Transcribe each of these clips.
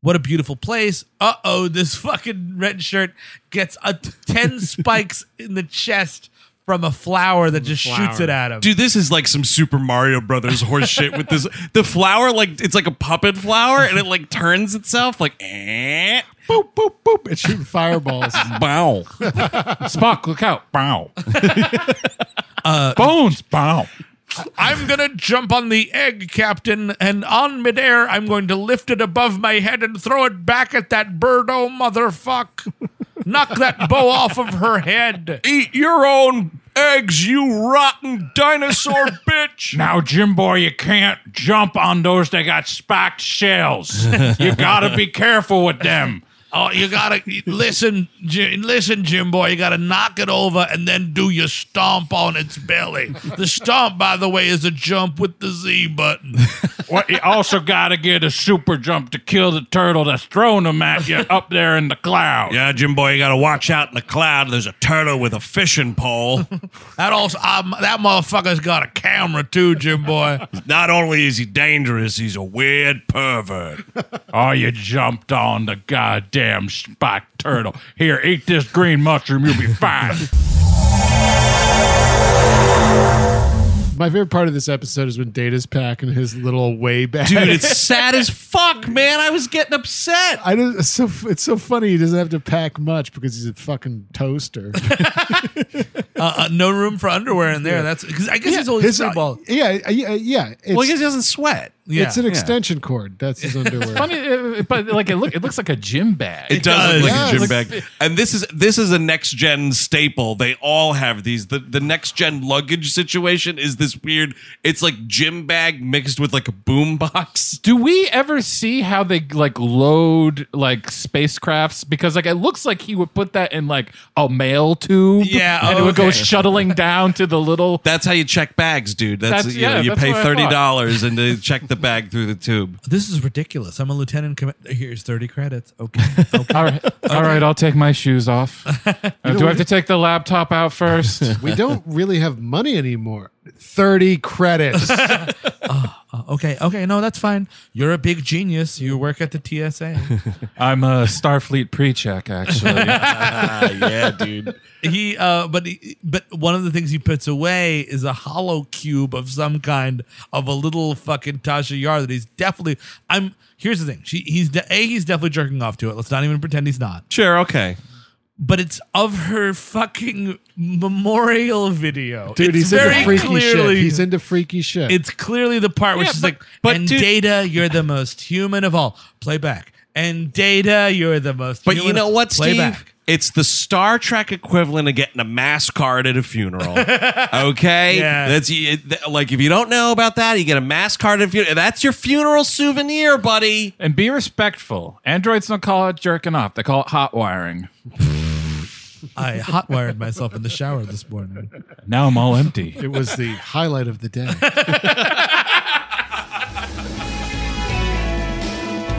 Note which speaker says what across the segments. Speaker 1: What a beautiful place. Uh oh, this fucking red shirt gets a 10 spikes in the chest from a flower that just shoots
Speaker 2: flower.
Speaker 1: it at him.
Speaker 3: Dude, this is like some Super Mario Brothers horse shit with this. The flower, like, it's like a puppet flower and it like turns itself like, eh,
Speaker 2: boop boop boop. It's shooting fireballs.
Speaker 3: bow,
Speaker 2: Spock, look out! Uh,
Speaker 3: bow.
Speaker 2: Bones, bow.
Speaker 1: I'm going to jump on the egg, Captain, and on midair, I'm going to lift it above my head and throw it back at that birdo motherfuck. Knock that bow off of her head.
Speaker 3: Eat your own eggs, you rotten dinosaur bitch.
Speaker 2: Now, Jimbo, you can't jump on those that got spiked shells. you gotta be careful with them.
Speaker 1: Oh, you gotta listen, J- listen, Jim boy. You gotta knock it over and then do your stomp on its belly. The stomp, by the way, is a jump with the Z button.
Speaker 2: What you also gotta get a super jump to kill the turtle that's throwing them at you up there in the cloud.
Speaker 3: Yeah, Jim boy, you gotta watch out in the cloud. There's a turtle with a fishing pole.
Speaker 1: That also, I'm, that motherfucker's got a camera too, Jim boy.
Speaker 3: Not only is he dangerous, he's a weird pervert.
Speaker 2: Oh, you jumped on the goddamn spiked turtle. Here, eat this green mushroom, you'll be fine.
Speaker 4: My favorite part of this episode is when Data's packing his little way back.
Speaker 3: Dude, it's sad as fuck, man. I was getting upset.
Speaker 4: I don't, it's so it's so funny. He doesn't have to pack much because he's a fucking toaster.
Speaker 1: Uh, uh, no room for underwear in there. That's cause I guess he's always
Speaker 4: His-
Speaker 1: free ball.
Speaker 4: yeah, yeah, yeah. It's,
Speaker 3: Well, I guess he doesn't sweat.
Speaker 1: Yeah.
Speaker 4: it's an extension cord. That's his underwear.
Speaker 2: Funny, uh, but like it look, it looks like a gym bag.
Speaker 3: It does
Speaker 1: does.
Speaker 3: look
Speaker 4: Yeah,
Speaker 3: like a gym
Speaker 4: it's
Speaker 3: bag. And this is this is a next gen staple. They all have these. The the next gen luggage situation is this weird. It's like gym bag mixed with like a boom box.
Speaker 5: Do we ever see how they like load like spacecrafts? Because like it looks like he would put that in like a mail tube.
Speaker 1: Yeah,
Speaker 5: and
Speaker 1: oh,
Speaker 5: it would go
Speaker 1: okay.
Speaker 5: shuttling down to the little.
Speaker 3: That's how you check bags, dude. That's,
Speaker 5: That's-
Speaker 3: you, know,
Speaker 5: yeah,
Speaker 3: you
Speaker 5: that's
Speaker 3: pay
Speaker 5: what I thought.
Speaker 3: thirty dollars and they check the bag through the tube.
Speaker 1: This is ridiculous. I'm a lieutenant. Com- Here's thirty credits. Okay. okay.
Speaker 5: All right, all right. I'll take my shoes off. Uh, do I have to take the laptop out first?
Speaker 4: we don't really have money anymore. Thirty credits.
Speaker 1: Uh, okay. Okay. No, that's fine. You're a big genius. You work at the TSA.
Speaker 5: I'm a Starfleet pre-check actually.
Speaker 3: Ah, yeah, dude.
Speaker 1: he, uh, but he, but one of the things he puts away is a hollow cube of some kind of a little fucking Tasha Yar that he's definitely. I'm. Here's the thing. She, he's de- a. He's definitely jerking off to it. Let's not even pretend he's not.
Speaker 3: Sure. Okay.
Speaker 1: But it's of her fucking memorial video.
Speaker 4: Dude,
Speaker 1: it's
Speaker 4: he's into freaky shit. He's into freaky shit.
Speaker 1: it's clearly the part where
Speaker 3: Yeah,
Speaker 1: she's
Speaker 3: but-
Speaker 1: like,
Speaker 3: but
Speaker 1: and
Speaker 3: dude-
Speaker 1: Data, you're the most human of all. Playback. And Data, you're the most
Speaker 3: But
Speaker 1: human
Speaker 3: you know
Speaker 1: of-
Speaker 3: what, Steve?
Speaker 1: Playback.
Speaker 3: It's the Star Trek equivalent of getting a mass card at a funeral. Okay,
Speaker 1: Yeah.
Speaker 3: that's it- th- like if you don't know about that, you get a mass card at a funeral. That's your funeral souvenir, buddy.
Speaker 5: and be respectful. Androids don't call it jerking off; they call it hot wiring.
Speaker 1: I hotwired myself in the shower this morning.
Speaker 5: Now I'm all empty.
Speaker 4: it was the highlight of the day.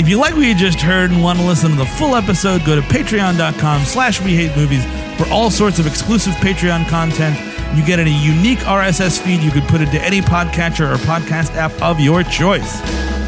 Speaker 1: If you like what you just heard and want to listen to the full episode, go to patreon.com slash we hate movies for all sorts of exclusive Patreon content. You get a unique RSS feed you could put into any podcatcher or podcast app of your choice.